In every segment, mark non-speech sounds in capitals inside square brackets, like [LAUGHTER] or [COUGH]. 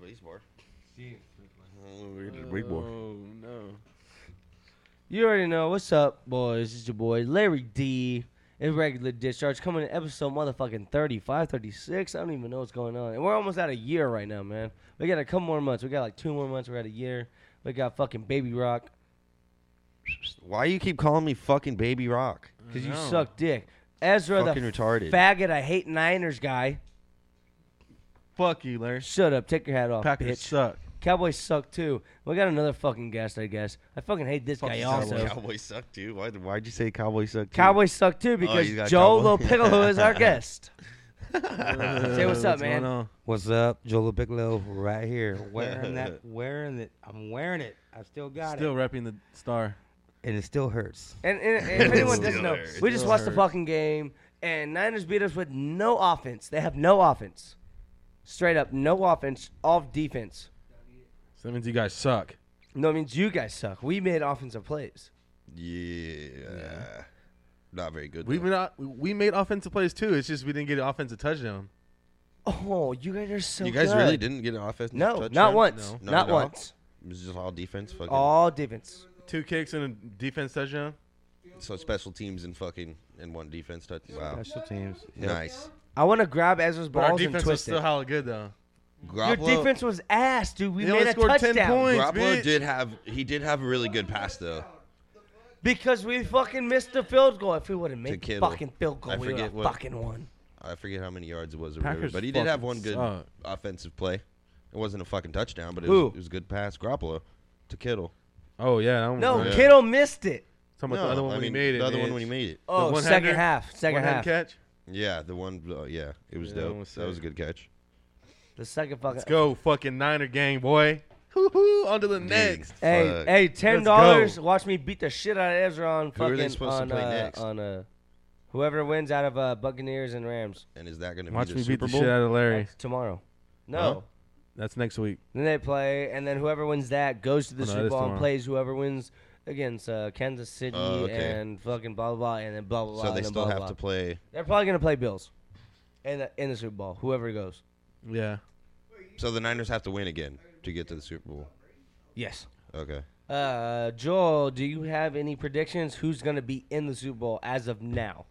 skateboard. See, we did Oh no. You already know what's up, boys. It's your boy Larry D. Irregular discharge coming in episode motherfucking 35, 36. I don't even know what's going on. And we're almost at a year right now, man. We got a couple more months. We got like two more months. We're at a year. We got fucking Baby Rock. Why you keep calling me fucking Baby Rock? Because I you know. suck dick. Ezra Fucking the retarded. faggot I hate Niners guy. Fuck you, Larry. Shut up. Take your hat off, Packers bitch. [LAUGHS] suck. Cowboys suck too. We got another fucking guest, I guess. I fucking hate this Fuck guy the also. Cowboys. Cowboys suck too. Why? Why'd you say Cowboys suck too? Cowboys suck Oh, too because you got Joe Cowboy- Lopillo is our [LAUGHS] guest. Say what's up, man. What's up, Joe Bigelow? Right here, wearing that, wearing it. I'm wearing it. I still got Still it, repping the star. and it still hurts. And, and, and if anyone doesn't Still know, hurt. we just Still watched the hurt. fucking game, and Niners beat us with no offense. They have no offense. Straight up, no offense, off defense. So that means you guys suck. No, it means you guys suck. We made offensive plays. Yeah. Not very good. We though. made o- we made offensive plays too. It's just we didn't get an offensive touchdown. Oh, you guys are so you guys good. really didn't get an offense. No, touchdown? not once. No. Not Not at all? once. It was just all defense. Fucking. All defense. Two kicks and a defense touchdown. So special teams and fucking and one defense touch. Wow. Special teams. Nice. I want to grab Ezra's But our balls and defense was twist still it. hella good though. Your Garoppolo- defense was ass, dude. We They made only a scored 10 touchdown points. Garoppolo bitch. did have he did have a really good pass though. because we fucking missed the field goal. If we would have made the Kittle. fucking field goal, I we would forget have what- fucking won. I forget how many yards it was, or Packers whatever, but he did have fucking one good suck. offensive play. It wasn't a fucking touchdown, but it Who? was, it was a good pass. Garoppolo to Kittle. Oh yeah, that one No, was- Yeah. Kittle missed it. Talking about No, the other one I when mean, he made it. The other one bitch. when he made it. Oh, one-hander? second half. Second One-hand half. catch. Yeah, the one. Uh, yeah, it was Yeah, that dope. one was that was a sick. good catch. The second fucking. Let's go, fucking Niner gang, boy. Hoo-hoo, on to the next. Dude, Hey, fuck. hey, ten Let's dollars. go. Watch me beat the shit out of Ezra on Who are fucking they supposed to on play uh, next? on uh, whoever wins out of uh, Buccaneers and Rams And is that going to be Watch the me beat Super the Bowl? shit out of Larry. tomorrow. No, Huh? That's next week. then they play, and then whoever wins that goes to the Oh, no, it Super is Bowl and tomorrow. plays whoever wins against uh, Kansas City Oh, okay. and fucking blah blah blah, and then blah blah blah. so they and then still blah, have blah. to play. They're probably gonna play Bills in the in the Super Bowl. Whoever goes. Yeah. So the Niners have to win again to get to the Super Bowl. Yes. Okay. Uh, Joel, do you have any predictions? Who's gonna be in the Super Bowl as of now?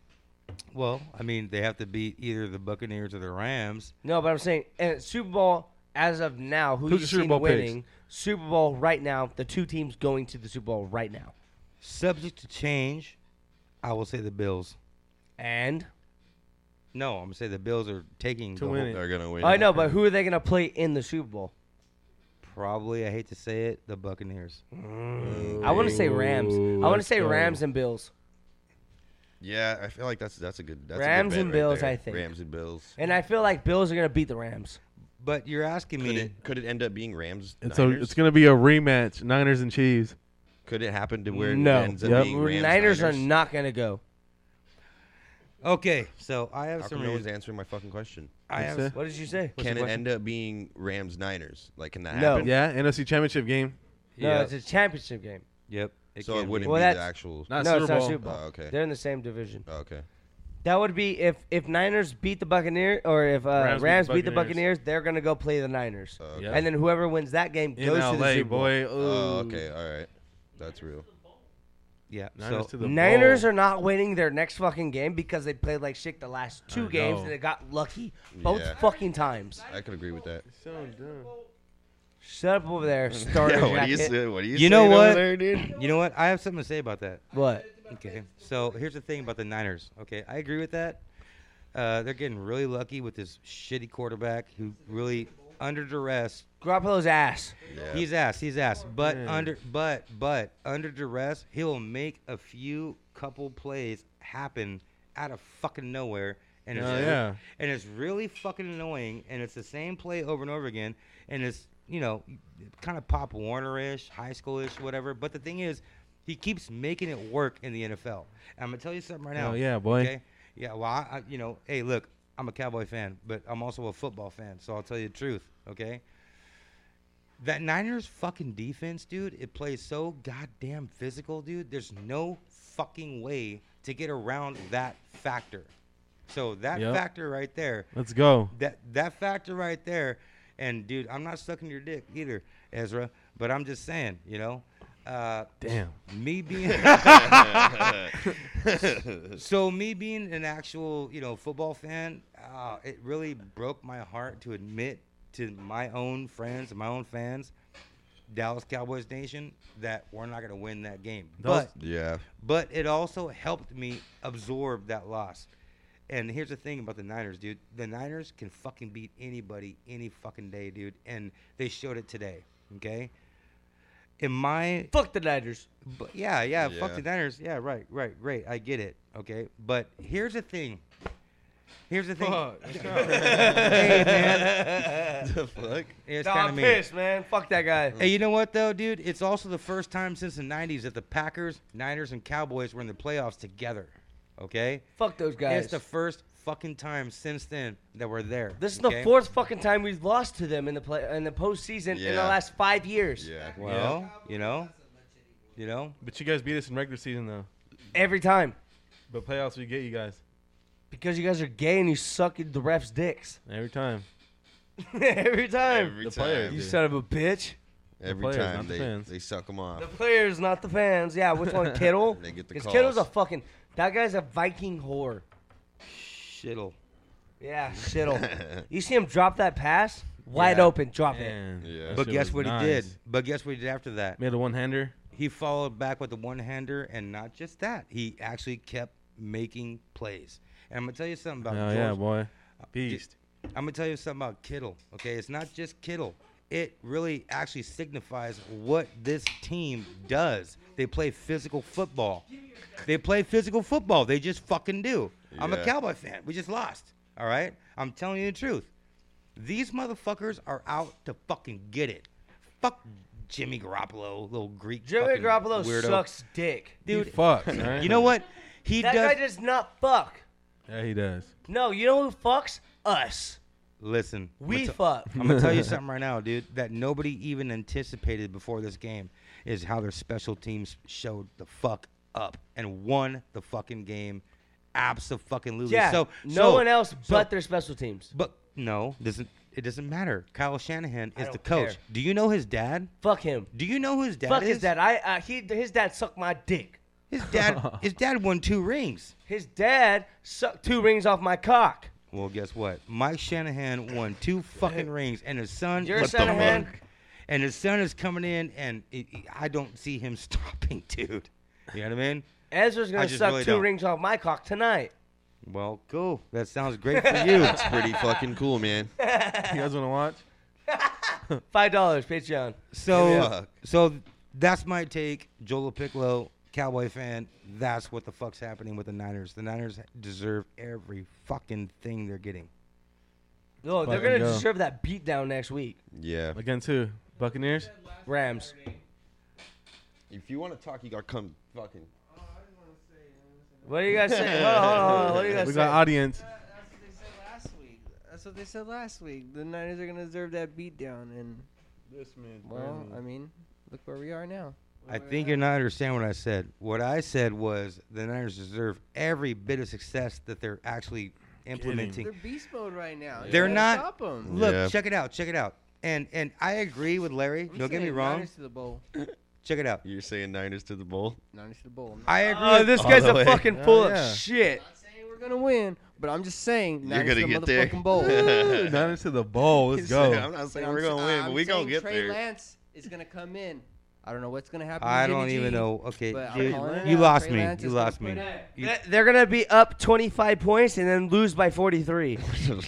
Well, I mean, they have to beat either the Buccaneers or the Rams. No, but I'm saying uh, Super Bowl as of now. Who Who's Who's you the Super seen Bowl picks? winning? Super Bowl right now. The two teams going to the Super Bowl right now. Subject to change, I will say the Bills. And No, I'm gonna say the Bills are taking To the whole- win it. They're going to win. I know, but who are they gonna play in the Super Bowl? Probably, I hate to say it, the Buccaneers. I want to say Rams. I want to let's say go. Rams and Bills. Yeah, I feel like that's that's a good. That's a good Rams bet and right Bills, there. I think. Rams and Bills. And I feel like Bills are gonna beat the Rams. But you're asking Could me, it, could it end up being Rams? It's a, Niners? it's gonna be a rematch. Niners and Chiefs. could it happen to where No. it ends up Yep. being Rams? Niners, are not gonna go. okay, so I have How some come no one's reason. answering my fucking question? I What's have that? s- What did you say? What's the can it end question? up being Rams Niners? Like, can that No. happen? Yeah, NFC Championship game. No, Yep. it's a championship game. Yep. It So can it be. wouldn't Well, be the that's- actual. Not no, Super it's Bowl. not Super Bowl. Oh, okay. They're in the same division. Oh, okay. That would be if if Niners beat the Buccaneers or if uh, Rams, Rams beat the beat the Buccaneers, Buccaneers. they're gonna go play the Niners, Oh, okay. Yeah. and then whoever wins that game In goes LA, to the Super Bowl. boy. Oh, Ooh. okay. All right. That's real. Yeah. Niners so to the Niners bowl. are not winning their next fucking game because they played like shit the last two I games know. and they got lucky both Yeah. fucking times. I could agree with that. So dumb. Shut up over there, [LAUGHS] starter yeah. What do you jacket. say? What do you? You know saying over what? there, dude? You know what? I have something to say about that. What? Okay. So here's the thing about the Niners. Okay, I agree with that. Uh, they're getting really lucky with this shitty quarterback who really under duress. Garoppolo's ass. Yeah. [LAUGHS] He's ass. He's ass. But Man. under but but under duress, he'll make a few couple plays happen out of fucking nowhere. And it's Oh, re- yeah. and it's really fucking annoying. And it's the same play over and over again. And it's you know kind of pop Warner ish, high school ish, whatever. But the thing is, he keeps making it work in the NFL. And I'm gonna tell you something right now. Hell Oh, yeah, boy. Okay? Yeah. Well, I, I you know, hey, look, I'm a Cowboy fan, but I'm also a football fan. So I'll tell you the truth. Okay. That Niners fucking defense, dude, it plays so goddamn physical, dude. There's no fucking way to get around that factor. So that Yep. factor right there, Let's go. that that factor right there And dude, I'm not sucking your dick either, Ezra. But I'm just saying, you know, uh, Damn. me being [LAUGHS] [LAUGHS] so me being an actual you know football fan, uh, it really broke my heart to admit to my own friends, my own fans, Dallas Cowboys Nation, that we're not gonna win that game. Those- but [LAUGHS] Yeah. but it also helped me absorb that loss. And here's the thing about the Niners, dude. The Niners can fucking beat anybody any fucking day, dude. And they showed it today. Okay. In my Fuck the Niners. but yeah, yeah, fuck Yeah. the Niners. Yeah, right, right, great. I get it. Okay, but here's the thing. Here's the thing. [LAUGHS] hey man, the fuck? it's Nah, kind I'm of mean. pissed, man. Fuck that guy. Hey, you know what though, dude? It's also the first time since the '90s that the Packers, Niners, and Cowboys were in the playoffs together. Okay, Fuck those guys. it's the first fucking time since then that we're there. this is the okay? fourth fucking time we've lost to them in the play in the postseason in the Yeah. last five years. Yeah. Well, you know, you know, But you guys beat us in regular season though. Every time. But playoffs we get you guys Because you guys are gay and you suck the refs' dicks. [LAUGHS] every time. Every time. Every The time. players you do. dude. son of a bitch. [LAUGHS] Every players, time not the they, fans. they suck them off. The players, not the fans. Yeah, [LAUGHS] which one? Kittle? They get the Because Kittle's a calls. fucking. That guy's a Viking whore. shittle. [LAUGHS] Yeah, shittle. you see him drop that pass? Wide Yeah. open, drop it. Man, Yeah. that That But shit guess was what nice. he did? But guess what he did after that? Made a one hander. he followed back with the one hander, and not just that, he actually kept making plays. And I'm gonna tell you something about Oh George. yeah, boy. Beast. I'm gonna tell you something about Kittle. Okay, it's not just Kittle. It really actually signifies what this team does. They play physical football. They play physical football. They just fucking do. I'm a Yeah. Cowboy fan. We just lost. All right. I'm telling you the truth. These motherfuckers are out to fucking get it. Fuck Jimmy Garoppolo, little Greek. Jimmy fucking Garoppolo weirdo. sucks dick. dude. He fucks. Right? You know what? He that does. guy does not fuck. Yeah, he does. No, you know who fucks? Us. Listen, We I'm gonna [LAUGHS] fuck. t- I'm gonna tell you something right now, dude. That nobody even anticipated before this game is how their special teams showed the fuck up and won the fucking game. Absolutely. Yeah. So no so- one else so- but their special teams. But no, doesn't it doesn't matter. Kyle Shanahan I is the don't care. coach. Do you know his dad? Fuck him. Do you know who his dad fuck is? his dad. I uh, he his dad sucked my dick. His dad. his dad won two rings. His dad sucked two rings off my cock. Well, guess what? Mike Shanahan won two fucking rings, and his son. Your What the Shanahan- fuck? And his son is coming in, and it, it- I don't see him [LAUGHS] stopping, dude. You know what I mean? Ezra's I gonna just suck really 2 don't. rings off my cock tonight. Well, cool. That sounds great for [LAUGHS] you. It's pretty fucking cool, [LAUGHS] man. You guys want to watch? Five dollars, Patreon. So, Fuck. so that's my take. Joel Piccolo, Cowboy fan. That's what the fuck's happening with the Niners. The Niners deserve every fucking thing they're getting. Look, they're Fucking gonna go. deserve that beatdown next week. Yeah. Against who? Buccaneers. Rams. If you want to talk, you gotta come fucking. What do you guys [LAUGHS] say? Hold on, hold on, hold on. What do you guys We say? got audience. That's what they said last week. That's what they said last week. The Niners are gonna deserve that beatdown, and This man. well, I mean, look where we are now. I think you're not understanding what I said. What I said was the Niners deserve every bit of success that they're actually implementing. They're beast mode right now. You They're gotta not- Stop 'em. Look, Yeah. check it out, check it out. And and I agree with Larry. We Don't get say me wrong. Niners to the bowl. Check it out. You're saying Niners to the bowl? Niners to the bowl. I'm not I agree. Oh, with- this All guy's the a way. fucking Oh, full yeah. of shit. saying we're gonna win, but I'm just saying You're Niners gonna to get the there. [LAUGHS] motherfucking bowl. [LAUGHS] Ooh, Niners to the bowl. He [LAUGHS] Let's said, go. I'm not And saying I'm we're s- gonna win, I'm but we gonna saying get Trey there. Lance is gonna come in. I don't know what's gonna happen. I to Jimmy don't even G, know. Okay, but I'm dude, calling it you out. lost Trey me. Lance You is gonna lost me. put it- You- They're- They're gonna be up 25 points and then lose by 43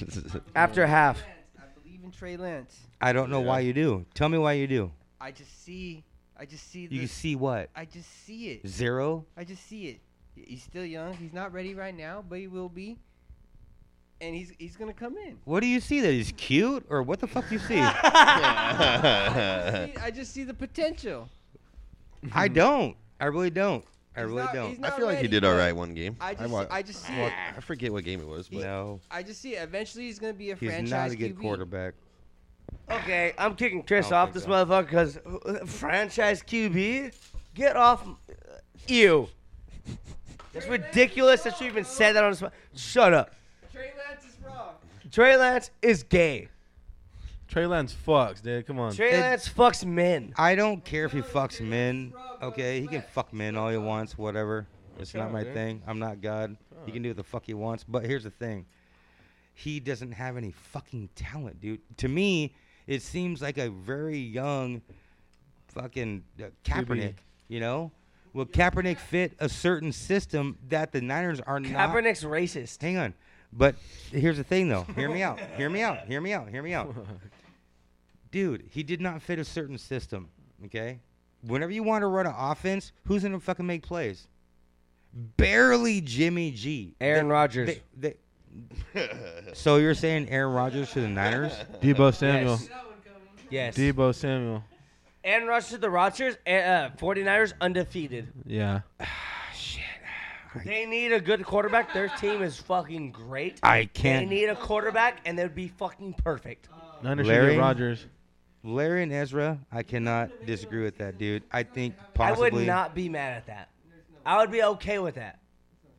[LAUGHS] after [LAUGHS] half. Lance, I believe in Trey Lance. I don't know why you do. Tell me why you do. I just see. I just see You this. see what? I just see it. Zero? I just see it. Y- He's still young. He's not ready right now, but he will be. And he's he's gonna come [LAUGHS] in. What do you see? That he's cute, or what the fuck you [LAUGHS] see? I see- I just see the potential. I don't. I really don't. I He's really not- don't. he's I not feel like he ready, did but all right one game. I just wa- I just see well, it. I forget what game it was, but No, I just see it. Eventually, he's gonna be a he's franchise not a good QB. quarterback. Okay, I'm kicking Chris Oh, off thank this God. motherfucker because franchise QB, get off. uh, Ew. That's ridiculous that you even said that on the spot. Shut up. Trey Lance is wrong. Trey Lance is gay. Trey Lance fucks, dude. Come on. Trey It- Lance fucks men. I don't care if he fucks men. Okay, he can fuck men all he wants, whatever. It's Good not job, my dude. thing. I'm not God. He can do what the fuck he wants. But here's the thing. He doesn't have any fucking talent, dude. To me, it seems like a very young fucking uh, Kaepernick, you know? Will Kaepernick fit a certain system that the Niners are not Kaepernick's racist. Hang on. But here's the thing, though. Hear me out. Hear me out. Hear me out. Hear me out. Dude, he did not fit a certain system. Okay. Whenever you want to run an offense, who's gonna fucking make plays? Barely Jimmy G. Aaron Rodgers. They- they- so you're saying Aaron Rodgers to the Niners? Debo Samuel. Yes. Yes. Debo Samuel. Aaron Rodgers to the Rodgers. and, Uh, 49ers undefeated. Yeah. They need a good quarterback. Their team is fucking great. I They can't. need a quarterback, and they'd be fucking perfect. Niners should Larry? get Rodgers. Larry and Ezra, I cannot disagree with that, dude. I think I possibly. would not be mad at that. I would be okay with that.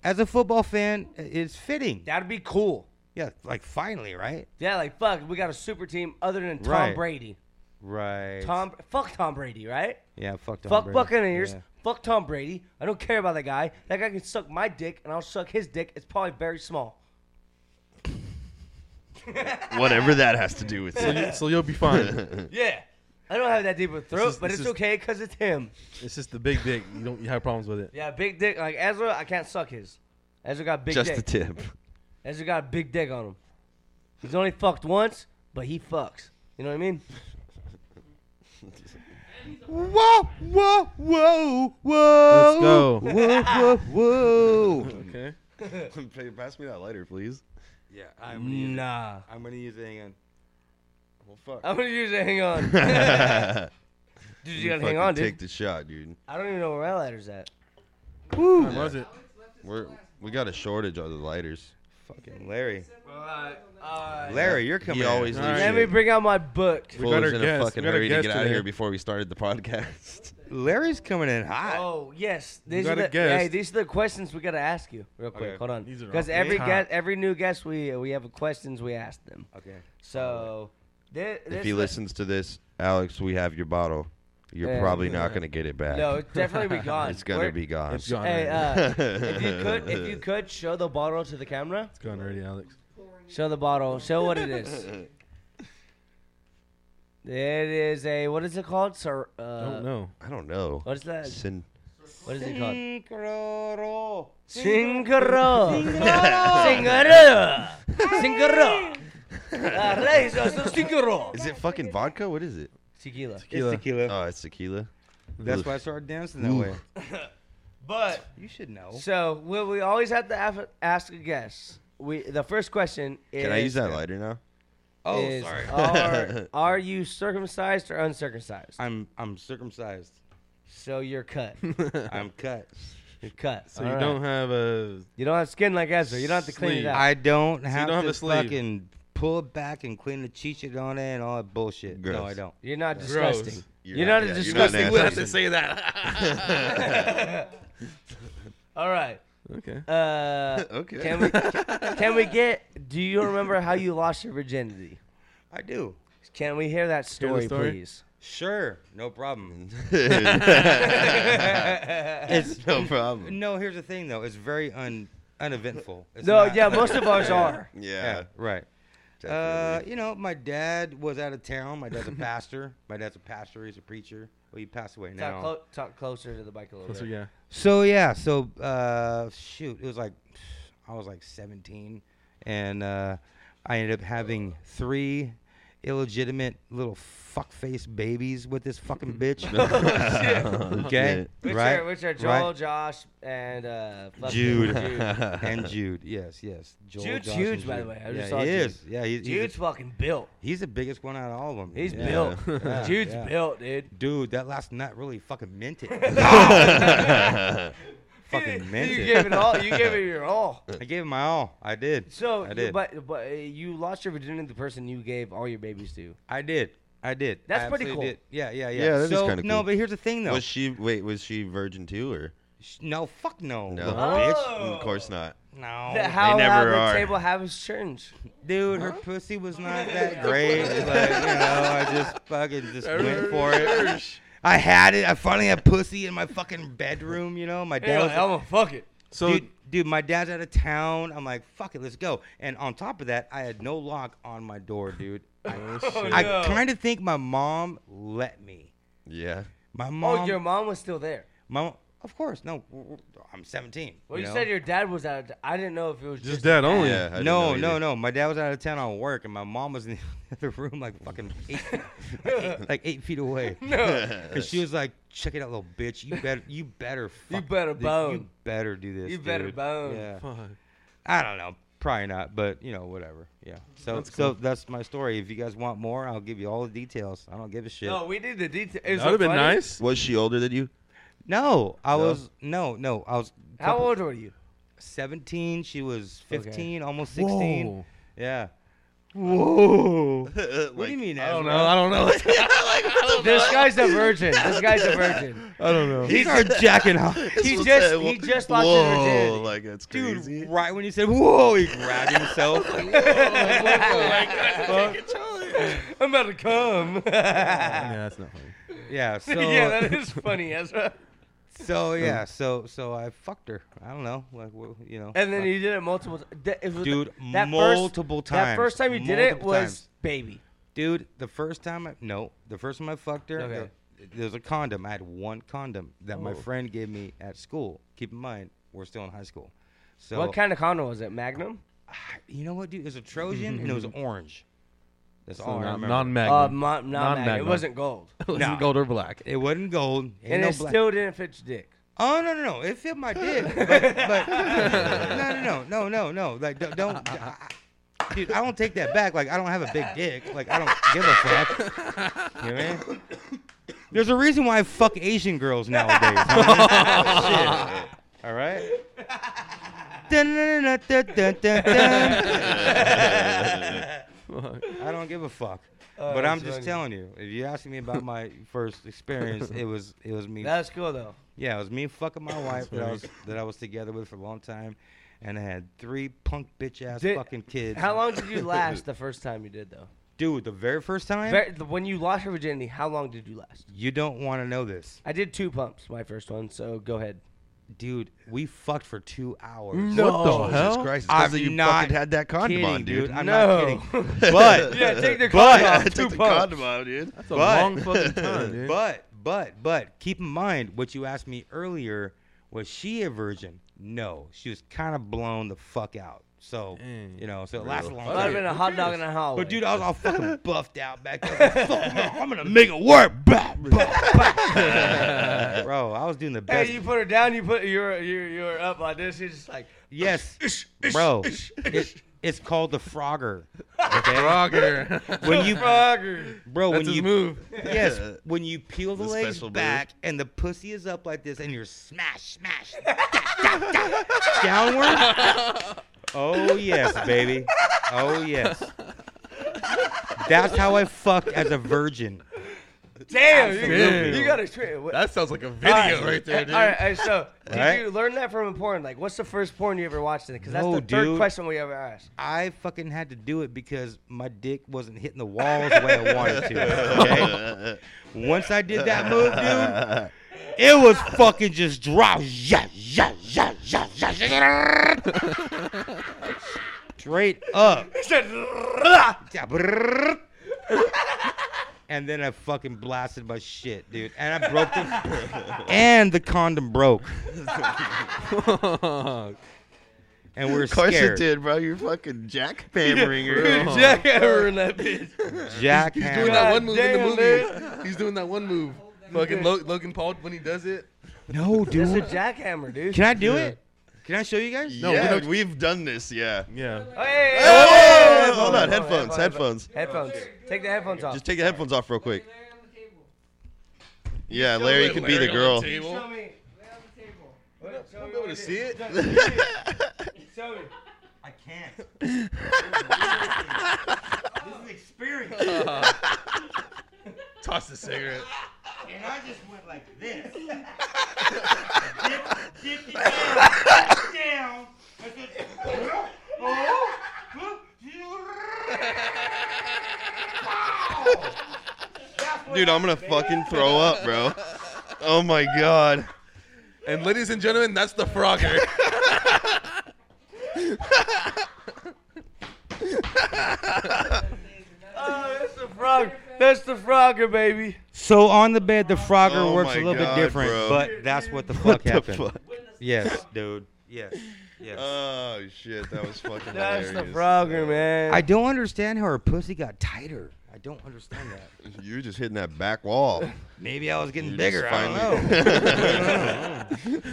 As a football fan, it's fitting. That'd be cool. Yeah, like finally, right? Yeah, like fuck, we got a super team other than Tom Right. Brady. Right. Tom, fuck Tom Brady, right? Yeah, fuck Tom fuck Brady. Buccaneers. Yeah. Fuck Tom Brady. I don't care about that guy. That guy can suck my dick, and I'll suck his dick. It's probably very small. [LAUGHS] Whatever that has to do with it. So you'll [LAUGHS] be fine. Yeah, I don't have that deep of a throat, is- but this it's is- okay because it's him. it's just the big dick. You don't you have problems with it. Yeah, big dick. Like Ezra, I can't suck his. Ezra got [LAUGHS] big Just dick. a [LAUGHS] tip. Ezra got a big dick on him. He's only fucked once, but he fucks. You know what I mean? Whoa, whoa, whoa, whoa. Let's go. Whoa, whoa, whoa. Okay. Pass me that lighter, [LAUGHS] please. Yeah, I'm gonna use it. Nah. I'm gonna use it again. Well, fuck. I'm gonna use it. [LAUGHS] Hang [LAUGHS] on, dude. You gotta hang on, dude. Take the shot, dude. I don't even know where my lighter's at. What was it? We're we got a shortage of the lighters. Fucking Larry. Let Larry, you're coming. He in. always leaves. Let me shit. bring out my book. We got Fuller's our in guest. a We fucking got our hurry to guest get out of today. here before we started the [LAUGHS] podcast. Larry's coming in hot. Oh yes, these are got a the, guest. hey, these are the questions we gotta ask you real quick. Okay. Hold on, These are because all every big. guest, every new guest we we have questions we ask them. Okay. So thi- this if he is- listens to this, Alex, we have your bottle. You're Yeah. probably not gonna get it back. no, it's [LAUGHS] definitely be gone. it's gonna We're- be gone. It's gone. Hey, already. uh, if you could, [LAUGHS] if you could show the bottle to the camera, It's gone already, Alex. show the bottle, show what [LAUGHS] it is. It is a what is it called? Sir, uh, I don't know. I don't know. What is that? Sin- What is it called? Cinco Singaro. Singaro. Singaro. Rey sos un is it fucking vodka? What is it? Tequila. It's [LAUGHS] tequila. Oh, it's tequila. That's Oof. why I started dancing that [LAUGHS] way. But You should know. so we, we always have to af- ask a guest. We the first question is. Can I use that lighter now? Oh, is, sorry. [LAUGHS] [LAUGHS] Are, are you circumcised or uncircumcised? I'm I'm circumcised. so you're cut. [LAUGHS] I'm cut. You're cut. [LAUGHS] So you don't have a. You don't have skin like Ezra. You don't have to clean it Sleeve. out. I don't have don't have to a sleeve. fucking pull it back and clean the cheat sheet on it and all that bullshit. No, Gross. I don't. you're not Gross. disgusting. You're You're not- not a yeah, you're not disgusting nasty. person. say that. [LAUGHS] [LAUGHS] All right. okay. Uh, Okay. Can we [LAUGHS] can we get? Do you remember how you lost your virginity? I do. Can we hear that story, story? please? Sure, no problem. [LAUGHS] it's [LAUGHS] no problem. No, here's the thing though. It's very un uneventful. It's No, not- yeah, most of ours are. Yeah. [LAUGHS] yeah, right. Uh, you know, my dad was out of town. My [LAUGHS] dad's a pastor. My dad's a pastor. He's a preacher. Well, he passed away Talk, now. clo- talk closer to the bike a little That's what- bit. yeah. So yeah, so uh, shoot, it was like I was like 17, and uh, I ended up having three illegitimate little fuckface babies with this fucking [LAUGHS] bitch. Oh, [LAUGHS] okay, Which right? are which are Joel, right? Josh, and uh, fucking [LAUGHS] Jude. Jude. [LAUGHS] and Jude. Yes, yes. Joel, Jude's Josh, huge, and by the Jude. way. I yeah, just saw he Jude. is. Yeah, he's Jude's he's, fucking built. he's the biggest one out of all of them. He's yeah. built. [LAUGHS] Yeah, [LAUGHS] Jude's yeah. built, dude. Dude, that last nut really fucking [LAUGHS] meant it. [LAUGHS] fucking meant you it. gave it all. You gave [LAUGHS] it your all. I gave it my all. I did. So, I you- did. but but uh, you lost your virginity to the person you gave all your babies to. I did. I did. That's I pretty absolutely cool. Did. Yeah, yeah, yeah. Yeah, that is so, kinda No, cool. but here's the thing, though. Was she wait? Was she virgin too, or Sh- no, fuck no. no? Mm, little Oh. Bitch. Of course not. No. Th- How never have are. the table habits changed? Dude, her pussy was not that great. like, you know, I just [LAUGHS] fucking just went for it. I had it. I finally had pussy in my fucking bedroom, you know? My dad was like, gonna fuck it. So dude, dude, my dad's out of town. I'm like, fuck it, let's go. And on top of that, I had no lock on my door, dude. oh, [LAUGHS] I no. kind of think my mom let me. Yeah. My mom, Oh, your mom was still there. my mom, of course, no, w- w- I'm 17. Well, you, know? said your dad was out. Of, I didn't know if it was just just. that only. Yeah. I didn't no, know no, either. no. My dad was out of town on work, and my mom was in [LAUGHS] the other room, like fucking eight, eight- like eight feet away. [LAUGHS] No, Cause she was like, "Check it out, little bitch. You better, you better, fuck You better thi- You bone. better do this. You better dude." bone. Yeah. Fuck. I don't know. Probably not, but you know, whatever. Yeah. So, so that's my story. If you guys want more, I'll give you all the details. I don't give a shit. no, we did the detail. It was That would have been funny. [LAUGHS] nice. Was she older than you? No, I No? was no, no. I was How couple- old were you? Seventeen. She was fifteen, almost sixteen. Whoa. Yeah. Whoa. [LAUGHS] what what do you mean? I don't Ezra? know. I don't [LAUGHS] know. This guy's a virgin. This guy's a [LAUGHS] virgin. I don't know. These are jacking off. He just he just lost his virginity. like that's Dude, crazy. right when you said whoa, he grabbed [LAUGHS] himself. I'm about to [LAUGHS] come. [LAUGHS] yeah, yeah, that's not funny. [LAUGHS] yeah, so that is Um, funny, Ezra. so yeah, so so I fucked her. I don't know, like well, you know. And then you did it multiple. That, it was, Dude, that multiple first, That first time times. you did it Multiple was times. baby. Dude, the first time I no, the first time I fucked her, Okay. the- there was a condom. I had one condom that my Oh. friend gave me at school. Keep in mind, we're still in high school. So What kind of condom was it? Magnum. you know what, dude? It was a [LAUGHS] Trojan and it was orange. That's all I non, remember. Um, non-magnum. Uh, ma- not Magnum. It Non-Magnum. wasn't gold, No. gold or [LAUGHS] black. it wasn't gold. Ain't and no it black. still didn't fit your dick. Oh no no no! It fit my dick, [LAUGHS] but, but no no no no no no! Like don't, don't I, I- dude. I don't take that back. Like I don't have a big dick. Like I don't give a fuck. You know what I mean? There's a reason why I fuck Asian girls nowadays. [LAUGHS] homie. Shit. All right. Dun, dun, dun, dun, dun, dun, dun. I don't give a fuck. but Oh, I'm that's just funny. telling you. If you're asking me about my first experience, it was it was me That's cool though. yeah, it was me [LAUGHS] fucking my wife that I was that I was together with for a long time, and I had three punk bitch ass Did- fucking kids. How long did you last the first time you did though? dude? The very first time, Ver- the- when you lost your virginity, how long did you last? you don't want to know this, I did two pumps, my first one. So go ahead. dude. We fucked for two hours. What the Jesus hell? Christ! It's 'cause I'm that you not fucking had that condom kidding, on, dude. I'm No. [LAUGHS] not kidding. But Yeah, take their But- condom off. [LAUGHS] Take Two the pumps. condom out, dude. That's a But- long [LAUGHS] fucking [LAUGHS] time, dude. But but but keep in mind what you asked me earlier. Was she a virgin? No, she was kind of blown the fuck out. So Mm. you know, so it lasted a long That would have time. been a hot dog in a hallway. But dude, I was all fucking [LAUGHS] buffed out back there. Like, Fuck, man, I'm gonna make it work. Bah, bah, [LAUGHS] bah. Bro, I was doing the best. hey, you put her down. You put you're you're you're up like this. You're just like [LAUGHS] yes, bro. It, it's called the [LAUGHS] Frogger. Okay? Frogger. when you, Frogger. bro, when That's his you move. [LAUGHS] yes, when you peel the, The legs special move. back and the pussy is up like this, and you're smash, [LAUGHS] smash, da, da, da, [LAUGHS] downward. Oh yes, baby. Oh yes. That's how I fucked as a virgin. Damn, you, Absolutely. you got a trick. What- That sounds like a video all [LAUGHS] right. right Uh, there, dude. All right, all right, so did Right? you learn that from a porn? Like, what's the first porn you ever watched? Because that's No, the third dude. question we ever asked. I fucking had to do it because my dick wasn't hitting the walls the way I wanted to. [LAUGHS] Okay? Once I did that move, dude, it was fucking just drop. Yeah, yeah, yeah, yeah, yeah, yeah. Straight up. Yeah, brrrr. And then I fucking blasted my shit, dude. And I broke the and the [LAUGHS] condom broke. And we we're Of course scared. it did, bro. You're fucking jackhammering her. [LAUGHS] Jack Uh, Hammer in that bitch. Jack He's doing that God one move in damn, the movie. He's doing that one move. Fucking Lo- Logan Paul when he does it. No, This is a dude. jackhammer, dude. Can I do it? Can I show you guys? No, Yeah. we have done this, yeah. Yeah. Oh, hey, hey, Oh, hey, hey, hold hey, on, hey, headphones, hey, headphones. Headphones. Take the headphones off. Just take the headphones off real quick. Larry on the table. Yeah, Larry could be the Larry on girl. table. [LAUGHS] Show me. Larry on the table. I'll be able to see it. Show me. I can't. this is experience. [LAUGHS] Toss the cigarette. And I just went like this. down, [LAUGHS] Dude, I'm gonna fucking throw up, bro. Oh my god. And ladies and gentlemen, that's the Frogger. Oh, that's the frog. That's the Frogger, baby. So on the bed, the Frogger Oh works my a little God, bit different, bro. but that's what the fuck What the happened. fuck? Yes, dude. Yes. Yes. Oh shit, that was fucking That's the hilarious. Frogger, man. I don't understand how her pussy got tighter. I don't understand that. You were just hitting that back wall. Maybe I was getting You just bigger. I [LAUGHS] don't know. finally-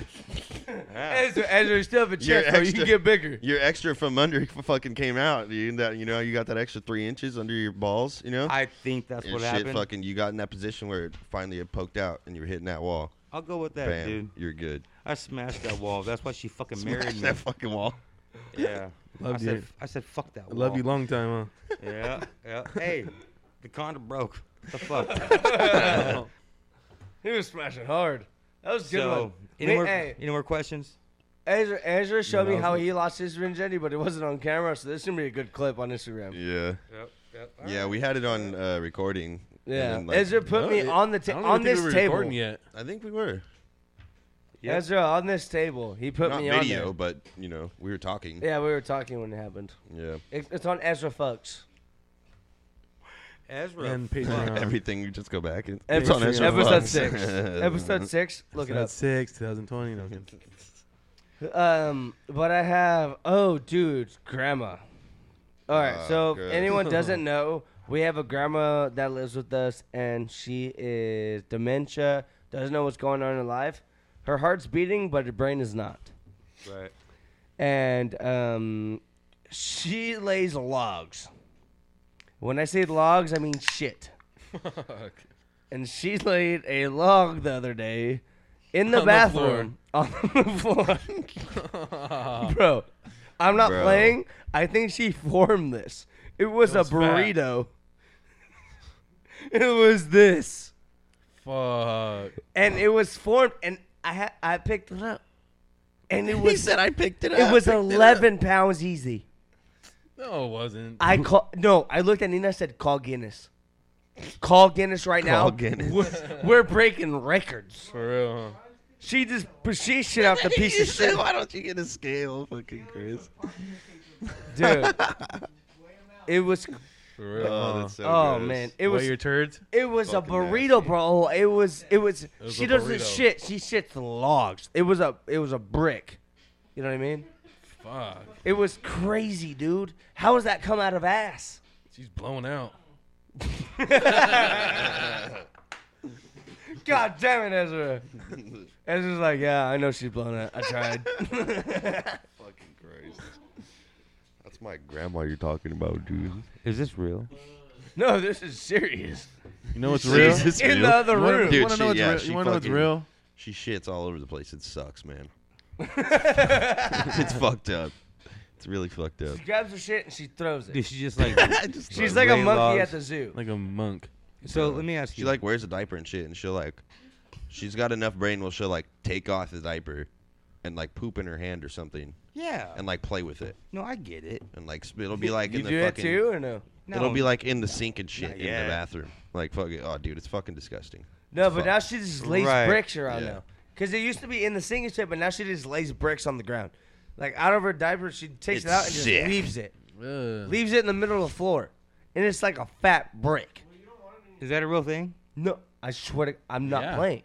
Ezra, Ezra, you still have a You're check, so you extra- can get bigger. Your extra from under [LAUGHS] fucking came out. You that you know you got that extra three inches under your balls. You know. I think that's and what shit, happened. fucking, you got in that position where it finally it poked out, and you're hitting that wall. I'll go with that, Bam, dude. you're good. [LAUGHS] I smashed that wall. That's why she fucking married Smash me. [LAUGHS] that fucking wall. [LAUGHS] Yeah. I Love said, you. I said, fuck that wall. Love you long time, [LAUGHS] Yeah. yeah. Hey, the condom broke. What the fuck? He was smashing hard. That was a good so, one. any Ma- more, hey, any more questions? Ezra, Ezra showed me that was how good. he lost his virginity, but it wasn't on camera, so this is gonna be a good clip on Instagram. Yeah. Yep. Yep. Yeah, we had it on uh, recording. and Yeah, then, like, Ezra put No, me it- on the huh? ta- on this table. yet. I think we were. Yep. Ezra on this table. He put Not me video, on but you know, we were talking. there. Yeah, we were talking when it happened. Yeah. It- It's on Ezra Fucks. Ezra. And Patreon. Everything, you just go back. and- Uh-huh. Episode, It's on Ezra episode Fox. [LAUGHS] six. Uh, uh-huh. episode six. Look it up. That's six, 2020. No, I'm kidding. Um, but I have oh, dude, grandma. All right, Ah, so good. if anyone doesn't know, we have a grandma that lives with us, and she is dementia, doesn't know what's going on in her life. Her heart's beating, but her brain is not. Right. And um, she lays logs. When I say logs, I mean shit. And she laid a log the other day in the On the bathroom on the [LAUGHS] floor. Bro, I'm not Bro. playing. I think she formed this. It was, It was a fat. burrito. [LAUGHS] it was this. [LAUGHS] Fuck. And it was formed and I ha- I picked it up. And [LAUGHS] it He was said I picked it up. it was picked up." 11 pounds easy. No, it wasn't. [LAUGHS] I call no, I looked at Nina and said call Guinness. Call Guinness right now. Call Guinness. [LAUGHS] [LAUGHS] We're, we're breaking records. For real, huh? She just she shit out the [LAUGHS] piece You of said, shit, Why don't you get a scale, fucking Chris? Uh-huh. dude. It was For real. Oh, huh? that's so oh gross. man, it Weigh was your turds? it was a fucking burrito, bro. It was it was, was she a doesn't burrito. shit. She shits logs. It was a it was a brick. You know what I mean? Fuck. It was crazy, dude. How does that come out of ass? She's blown out. God damn it, Ezra. [LAUGHS] Ezra's like, yeah, I know she's blown it. I tried. Fucking Christ. [LAUGHS] That's my grandma you're talking about, dude. Is this real? [LAUGHS] no, this is serious. You know what's real? She's just In the other You wanna- room. Dude, You want to she- know what's yeah, real? she You want to know what's fucking- real? She shits all over the place. It sucks, [LAUGHS] man. it's fucked up. It's really fucked up. She grabs her shit and she throws it. Dude, [LAUGHS] [LAUGHS] she's just like. Just She's like, like a Ray monkey Logs. at the zoo. Like a monk. so let me ask she you. like wears a diaper and shit, and she'll like, she's got enough brain where she'll like take off the diaper, and like poop in her hand or something, Yeah. and like play with it, no, I get it. and like sp- it'll be like you in the do fucking. it too or no? No, It'll be like in the sink and shit in yet. the bathroom. Like fuck it. Oh, dude, it's fucking disgusting. No, but Fuck. now she just lays Right. bricks around Yeah. now. Because it used to be in the singing shit, but now she just lays bricks on the ground. Like out of her diaper, she takes It's it out and just sick. leaves it. Ugh. Leaves it in the middle of the floor. And it's like a fat brick. Is that a real thing? No, I swear to I'm not Yeah. playing.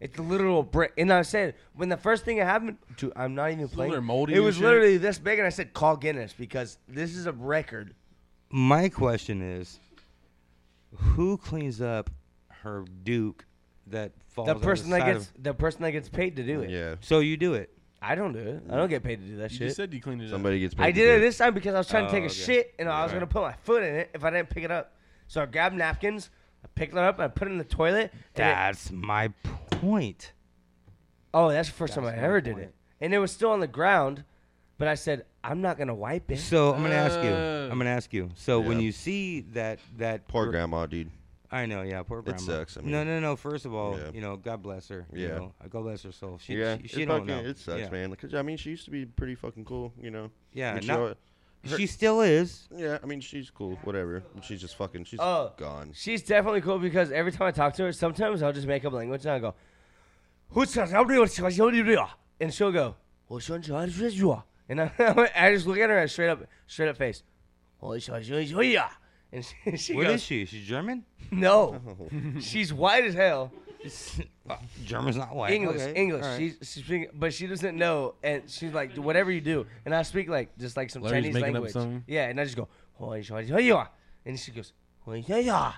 It's a literal brick. And I said, when the first thing that happened, dude, I'm not even playing. they're moldy it and was shit? literally this big, and I said, call Guinness because this is a record. My question is, who cleans up her Duke that falls? The on person that side gets of- the person that gets paid to do it. Yeah. so you do it. I don't do it. I don't get paid to do that You shit. just said you cleaned it up. Somebody gets. Paid I to did do it this time because I was trying to take a Oh, okay. shit and I was Alright. gonna put my foot in it if I didn't pick it up. So I grabbed napkins, I picked it up, and I put it in the toilet. and it- That's my point. oh, that's the first time I my ever did point. it, and it was still on the ground. But I said I'm not gonna wipe it. So I'm gonna ask you. Uh. I'm gonna ask you. So when Yeah. you see that that Poor gr- grandma, dude. I know, yeah, poor grandma. sucks, I no, mean. no, no. First of all, Yeah. you know, God bless her. you Yeah. know, God bless her soul. She, yeah, she, it she don't fucking- know. It sucks, yeah. man. Because I mean, she used to be pretty fucking cool, you know. Yeah, But she not- al- She still is. yeah, I mean, she's cool, whatever. She's just fucking. She's Oh. [LAUGHS] gone. She's definitely cool because every time I talk to her, sometimes I'll just make up language and I go, "Who's that? How do you- how do you- how do you-" and she'll go, "What's your name? Who's your-" and [LAUGHS] I, I just look at her at straight up, straight up face, "What's your name? and she, [LAUGHS] she What is goes, she? [LAUGHS] She's German. "No, Oh. [LAUGHS] she's white as hell, Uh, German's not white. English, Okay, English. all right. She's, she's speaking, but she doesn't know, and she's like, "Do whatever you do," and I speak like just like some Larry's Chinese making up language, something. yeah, and I just go, "What's your name?" and she goes, "What's your name?"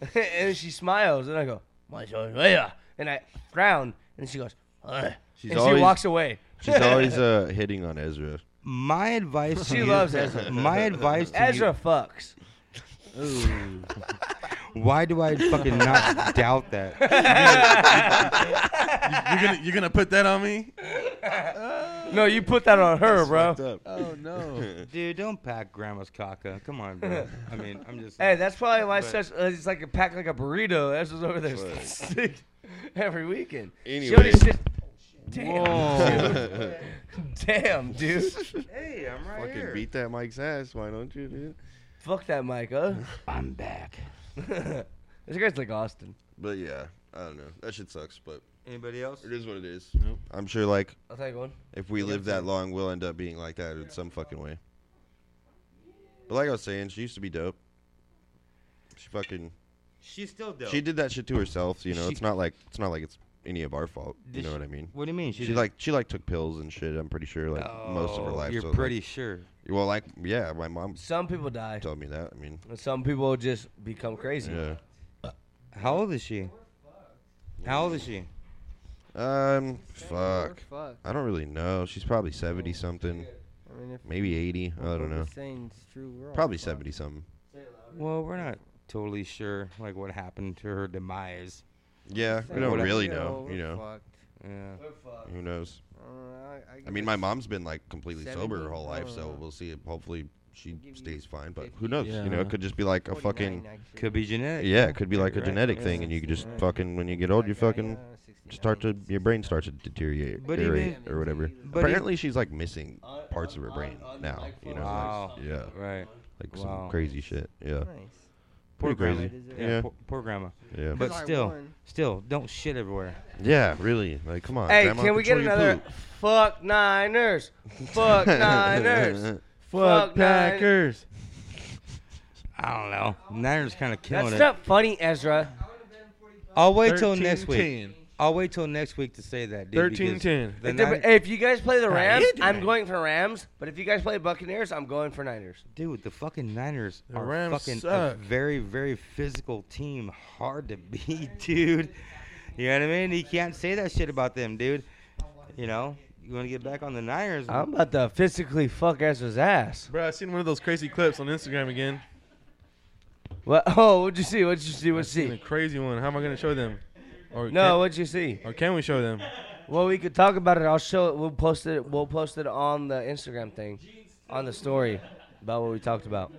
[LAUGHS] and she smiles, and I go, "My son, yeah," and I frown, and she goes, "Ugh." She's and she always- walks away. She's always uh, hitting on Ezra. My advice. to She you- loves Ezra. My advice to Ezra fucks. you. Why do I [LAUGHS] fucking not doubt that? You're gonna you're gonna put that on me? No, you put that on her, bro. Fucked up. Oh no. [LAUGHS] Dude, don't pack grandma's caca. Come on, bro. I mean, [LAUGHS] I'm just. Hey, that's probably why But- such uh, it's like a pack like a burrito. Ezra's over there [LAUGHS] sick every weekend. She Anyway. only sits- damn, Whoa. fucking dude. [LAUGHS] damn, dude. hey, I'm right beat that Mike's ass. Why don't you, dude? Fuck that, Micah. I'm back. [LAUGHS] this guy's like Austin. But yeah, I don't know. That shit sucks, but Anybody else? it is what it is. Nope. I'm sure, like, I'll take one. if we live that long, we'll end up being like that in some fucking way. But like I was saying, she used to be dope. She fucking She's still dope. she did that shit to herself. You know, She- it's not like it's not like it's any of our fault. You Did know she- what I mean? What do you mean? She did- like she like took pills and shit. I'm pretty sure like most of her Oh, life. You're so, like- pretty sure. well, like yeah, my mom Some people die. told me that. I mean, and Some people just become crazy. yeah. How old is she? How old is she? Um, We're fuck. fucked. I don't really know. She's Oh, probably seventy something, I mean, if maybe eighty. I what don't we're know. saying is true, we're all Probably fucked. seventy something. Well, we're not totally sure like what happened to her demise. Yeah, we Seventy, don't Whatever. really yo, know. we're You know, fucked. Yeah. who knows? Uh, I, I I give mean, it my mom's been like completely sober 70? her whole I life, don't so Oh. know. we'll see. Hopefully, she give you stays fine. But 50. who knows? You know, Yeah. it could just be like a 49 fucking actually. Could be genetic. yeah, it could be like a Right. genetic Yeah. thing, and you could just Yeah. fucking when you get old, you Like, I, fucking uh, 69. start to your brain starts to deteriorate, But deteriorate even- or whatever. but e- Apparently, she's like missing parts of her brain now. You know, Wow. like, yeah, Right. like Wow. some crazy shit. Yeah, Nice. pretty grandma. crazy. Yeah. Yeah. Yeah. Poor, poor grandma. Yeah, But July still, 1. still, don't shit everywhere. yeah, really. Like, come on. Hey, grandma, can we get control your another poop. fuck Niners? [LAUGHS] Fuck Niners. Fuck Niners. Packers. I don't know. Niners kind of killing That's it. not funny, Ezra. I'll wait till next week. 13-10. I'll wait till next week to say that. Dude, 13-10. because the If the- Niners- if you guys play the Rams, you I'm doing? going for Rams. But if you guys play Buccaneers, I'm going for Niners. Dude, the fucking Niners The are Rams fucking suck. a very, very physical team. Hard to [LAUGHS] beat, dude. You know what I mean? You can't say that shit about them, dude. You know, you want to get back on the Niners? I'm about to physically fuck Ezra's ass. Bro, I seen one of those crazy clips on Instagram again. What? [LAUGHS] Oh, what'd you see? What'd you see? I What'd seen you a see? crazy one. How am I gonna show them? Or No, what'd you see? Can, or can we show them? Well, we could talk about it. I'll show it. We'll post it. We'll post it on the Instagram thing, on the story about what we talked about.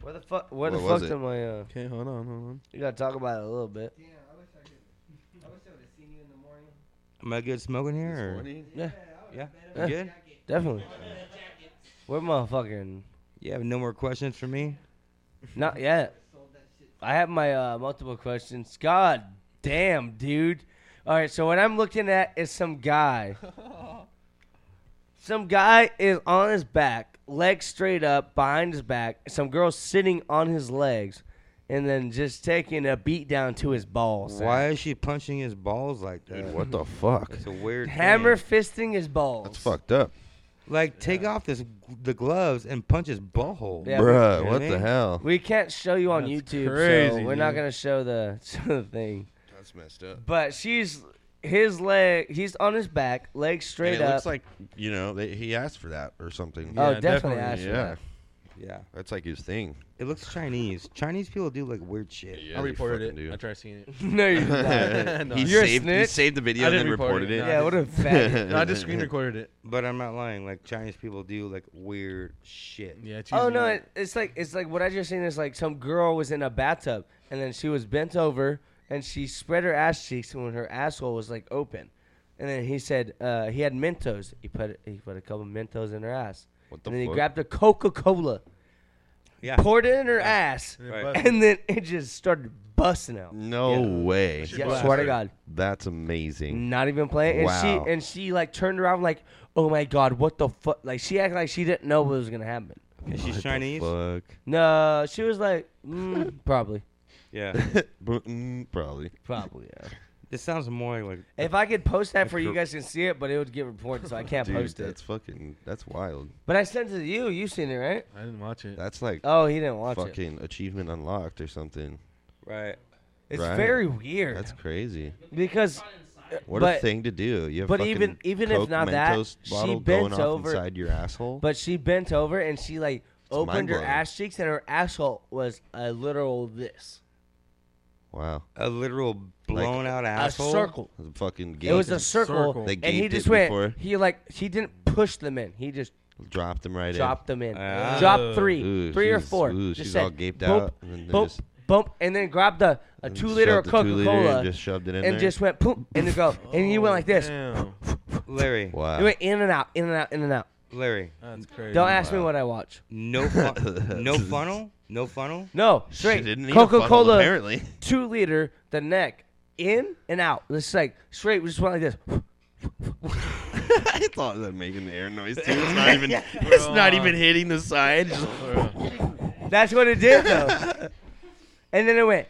Where the fuck? Where the What was fuck it? did my? Uh, Okay, hold on, hold on. you gotta talk about it a little bit. Damn, I wish I could. I wish I would have seen you in the morning. Am I good smoking here? Or? Yeah, Yeah, Yeah. you good. definitely. Where my fucking? You have no more questions for me? Not yet. I have my uh, multiple questions. God damn, dude. All right, so what I'm looking at is some [LAUGHS] guy. Some guy is on his back, legs straight up, behind his back. Some girl sitting on his legs, and then just taking a beat down to his balls. Why is she punching his balls like that? Dude, what the [LAUGHS] fuck? It's a weird Hammer thing. fisting his balls. That's fucked up, Like, take off this the gloves and punch his butthole. Yeah, bruh. You know What I the mean? hell? We can't show you on That's YouTube, so crazy, we're not dude. gonna show the, [LAUGHS] show the thing. That's messed up. But she's his leg. He's on his back, legs straight and it up. looks like you know they, he asked for that or something. oh, Yeah, definitely, definitely, Asher. yeah. Yeah. That's like his thing. It looks Chinese. Chinese people do like weird shit. Yeah, I they reported it. fucking do. I tried seeing [LAUGHS] it. [LAUGHS] no, you're not. No, he, I- You're a saved, he snitch? saved the video I and then didn't report reported it, it. no. yeah, what a [LAUGHS] faggot. [LAUGHS] No, I just screen recorded it. But I'm not lying. Like Chinese people do like weird shit. Yeah. it's Oh usually no, like- it, it's like it's like what I just seen is like some girl was in a bathtub and then she was bent over and she spread her ass cheeks when her asshole was like open, and then he said uh, he had Mentos. He put he put a couple Mentos in her ass. What the and then fuck? he grabbed a Coca Cola, Yeah. poured it in her ass, And it Right. busted. and then it just started busting out. No Yeah. way. She Yeah, busted. swear to God, That's amazing. not even playing. And Wow. she and she like turned around like, oh my God, what the fuck? Like she acted like she didn't know what was gonna happen. And What she's the [LAUGHS] Chinese. Fuck. No, she was like, [LAUGHS] mm, probably, Yeah. Mm, Probably. probably. Yeah. This sounds more like If I could post that for you cor- guys can see it, but it would get reported, so I can't Dude, post that's it. fucking. That's wild. But I sent it to you. You seen it, right? I didn't [LAUGHS] watch it. That's like Oh, he didn't watch it. fucking achievement unlocked or something. right. It's right. very weird That's crazy. because, What a but thing to do. You have but fucking even- even if Coke not that, Mentos she bottle bent going off over- inside your asshole. but she bent over and she like opened her mind-blowing. ass cheeks and her asshole was a literal this, wow. A literal blown out asshole. a circle. The fucking It was a gaped circle, Circle. They and he gaped just it went. before. He like he didn't push them in. He just and dropped them right dropped them in. Ah. Drop three, Ooh, three or she's- four. ooh, just she's said, all gaped bump, out, and then they bump, just- bump, and then grabbed the a in. two liter of Shoved the Coca two-liter Cola. and just shoved it in and there. Oh, just went poof in [LAUGHS] the go, and he went like this. Damn. Larry. wow. It went in and out, in and out, in and out. Larry. That's Oh, crazy. Don't ask me what I watch. [LAUGHS] No fun- no funnel. No funnel. No, She straight didn't need a funnel, Coca Cola, apparently. [LAUGHS] two liter, the neck, in and out. It's like straight. We just went like this. I thought that making the air noise too. It's [LAUGHS] not even. [LAUGHS] it's not even hitting the side. Just- That's what it [LAUGHS] did though. and then it went.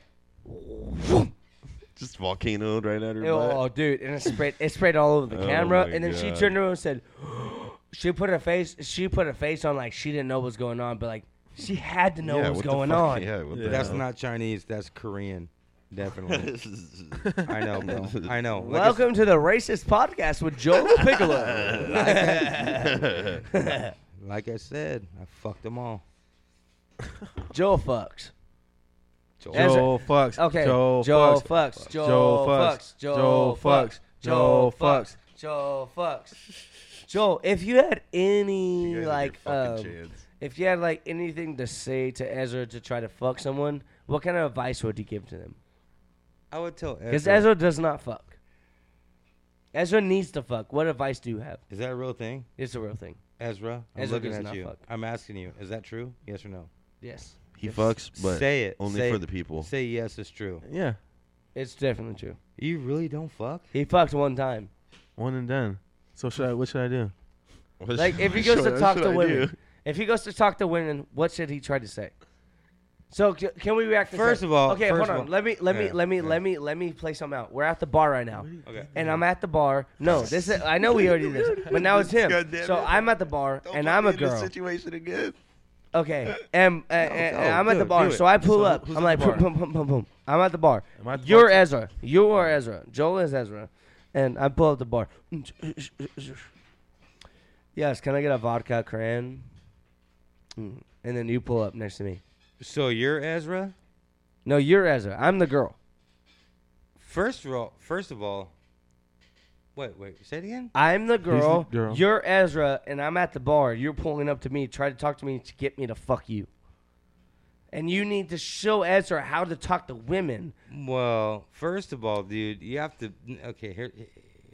Just volcanoed right at her Ew, butt. oh, dude, and it sprayed it sprayed all over the Oh camera, my and then she God. turned around and said, [GASPS] "She put her face. She put her face on like she didn't know what was going on, but like she had to know yeah, what was the going fuck? [LAUGHS] on." Yeah, what the [LAUGHS] That's hell? not Chinese. That's Korean. Definitely. I know, [LAUGHS] bro. I know. Like I Welcome to the racist podcast with Joel Piccolo. s- like I said, I fucked them all. Joel fucks. That's- Joel fucks. Okay. Joel, Joel fucks. fucks. Joel Joel fucks. fucks. Joel fucks. Joel fucks. Joel fucks. Joel, if you had any You guys have like your fucking um, chance. if you had like anything to say to Ezra to try to fuck someone, what kind of advice would you give to them? I would tell Because Ezra. Ezra does not fuck. Ezra needs to fuck. What advice do you have? Is that a real thing? It's a real thing. Ezra, I'm Ezra does looking at not you. fuck. I'm asking you. Is that true? Yes or no? Yes, He fucks, but say it. only Say- for the people. Say yes, it's true. Yeah. it's definitely true. You really don't fuck? He fucked one time. One and done. So should I? What should I do? What Like should- if he [LAUGHS] [LAUGHS] what should- goes to what talk should to I women, do? if he goes to talk to women, what should he try to say? So c- can we react? to First that? of all- okay, hold first of on. all- let me let me Yeah, let me yeah. let me let me play some out. We're at the bar right now, Okay. and I'm at the bar. No, this is I know we already did, this, but now it's him. God damn So it. I'm at the bar, Don't [LAUGHS] and put I'm me a in this girl. situation [LAUGHS] again. Okay, and, uh, and- no, and I'm at do the it, bar, do it. so I pull So up. who's I'm like, at the boom, bar? boom, boom, boom, boom. I'm at the bar. Am I at the You're bar? Ezra. You are Ezra. Joel is Ezra, and I pull up the bar. Yes, can I get a vodka cran? Mm, And then you pull up next to me. So you're Ezra? No, you're Ezra. I'm the girl. First of all, first of all, wait, wait, say it again. I'm the girl. girl. You're Ezra, and I'm at the bar. You're pulling up to me, try to talk to me to get me to fuck you. And you need to show Ezra how to talk to women. Well, first of all, dude, you have to. Okay, here,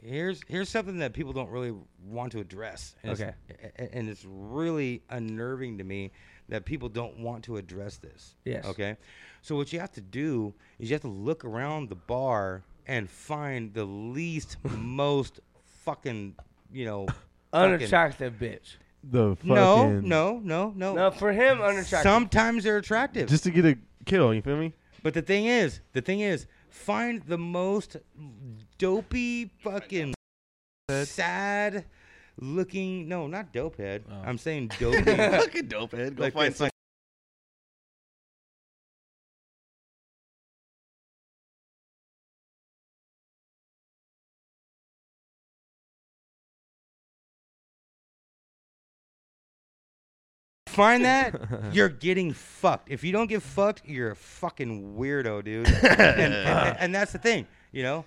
here's here's something that people don't really want to address. And it's- a- and it's really unnerving to me that people don't want to address this. Yes. Okay. So what you have to do is you have to look around the bar and find the [LAUGHS] least, most fucking, you know, fucking- Unattractive bitch. The fucking No, no, no, no, No, for him, unattractive. Sometimes they're attractive. Just to get a kill. You feel me? But the thing is, the thing is, find the most dopey fucking sad looking no, not dope head. Oh. I'm saying dopey. [LAUGHS] Fucking dope head. Go Like find [LAUGHS] [LAUGHS] this, some. find that, you're getting fucked. If you don't get fucked, you're a fucking weirdo, dude. and, and, and that's the thing, you know.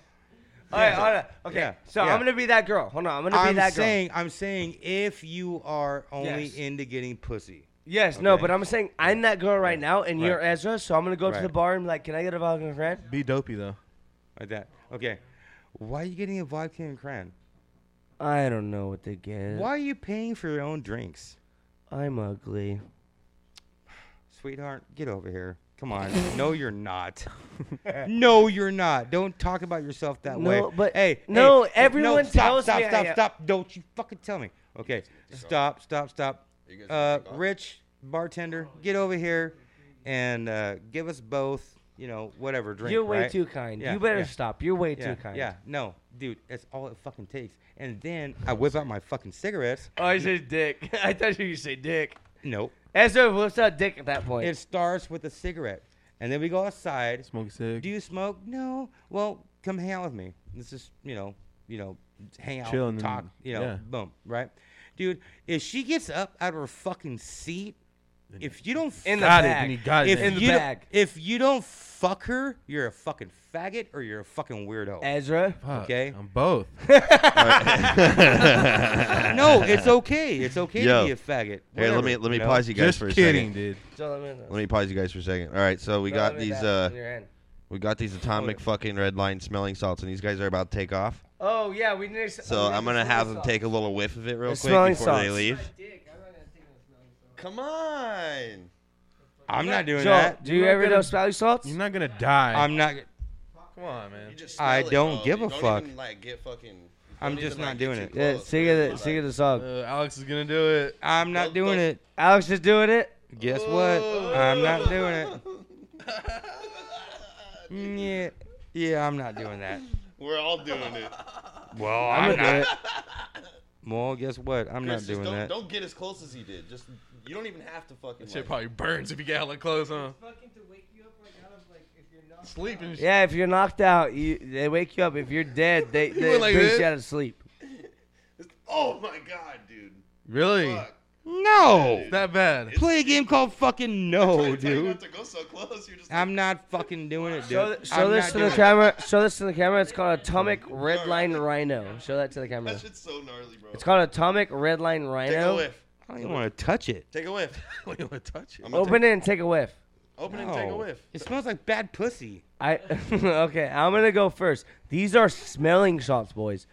All right, hold on. Okay, Yeah, so yeah. I'm gonna be that girl. Hold on, I'm gonna be I'm that girl. saying, I'm saying, if you are only Yes. into getting pussy, yes, no, okay. but I'm saying I'm that girl right now, and you're Ezra. So I'm gonna go Right. to the bar and be like, can I get a vodka and cran? Be dopey though. like that, okay. Why are you getting a vodka and cran? I don't know what to get. Why are you paying for your own drinks? I'm ugly. Sweetheart, get over here. [LAUGHS] Come on. no, you're not. [LAUGHS] no, you're not. Don't talk about yourself that way. No, but- hey, no, hey, everyone no, stop, tells stop, me I stop, am. stop. Don't you fucking tell me. Okay, stop, stop, stop. You guys Uh, wanna take off? Rich, bartender, get over here, and uh, give us both, you know, whatever drink. you're way right? too kind. Yeah, you better yeah, stop. You're way Yeah, too kind. yeah, no, dude, that's all it fucking takes. And then I whip out my fucking cigarettes. Oh, he says [LAUGHS] dick. I thought you say dick. Nope. Ezra whips out dick at that point. It starts with a cigarette, and then we go outside. Smoke a cig. Do you smoke? No. Well, come hang out with me. Let's just, you know, you know, hang out, Chill and talk, then- you know, yeah. boom, right? Dude, if she gets up out of her fucking seat, if you don't In the fuck- got it. bag. And he got if it. in the you don't- bag. if you don't fuck her, you're a fucking faggot or you're a fucking weirdo. Ezra. Fuck, okay. I'm both. [LAUGHS] no, it's okay. It's okay Yo. to be a faggot. Here, let Whatever, me let me you know? pause you guys Just for a kidding, second. dude. So let me know. Let me pause you guys for a second. All right, so we No, got let me these back uh in your hand. we got these atomic fucking red line smelling salts, and these guys are about to take off. Oh yeah, we need. to- So oh, we I'm need to gonna have them sauce. take a little whiff of it real The quick smelling before they salts. leave. dick. I'm not gonna take no smelling salts. Come on. I'm not doing Joel, that. do you You're not ever gonna- know smelly salts? You're not gonna die. I'm not. Come on, man. I smell it, don't bro. give You a don't fuck. even, I'm just not doing it. yeah, sing it, sing it the song. Uh, Alex is gonna do it. I'm not doing it. Alex is doing it. Guess what? I'm not [LAUGHS] doing it. Mm, Yeah, yeah, I'm not doing that. [LAUGHS] We're all doing it. Well, I'm gonna I'm, do not. it. Well, guess what? I'm not doing that. don't get as close as he did. Just you don't even have to fucking. Shit probably burns if you got all the clothes on. Fucking to wake you up like out of like if you're not Sleeping. shit. Yeah, if you're knocked out, you, they wake you up. If you're dead, they they went like brings this. you out of sleep. oh my god, dude. Really? No. It's that bad. Play a game called fucking no, Oh, dude. to go so close. You're just. I'm not fucking doing it, dude. Show, th- I'm show this not to the doing it. camera. Show this to the camera. It's called Atomic Red Line Rhino. Show that to the camera. shit's so gnarly, bro. It's called Atomic Red Line Rhino. I don't even want to touch it. Take a whiff. I don't wanna touch it. I'm gonna Open it and take a whiff. Take, open No. It smells like bad pussy. [LAUGHS] I okay. I'm gonna go first. These are smelling salts, boys.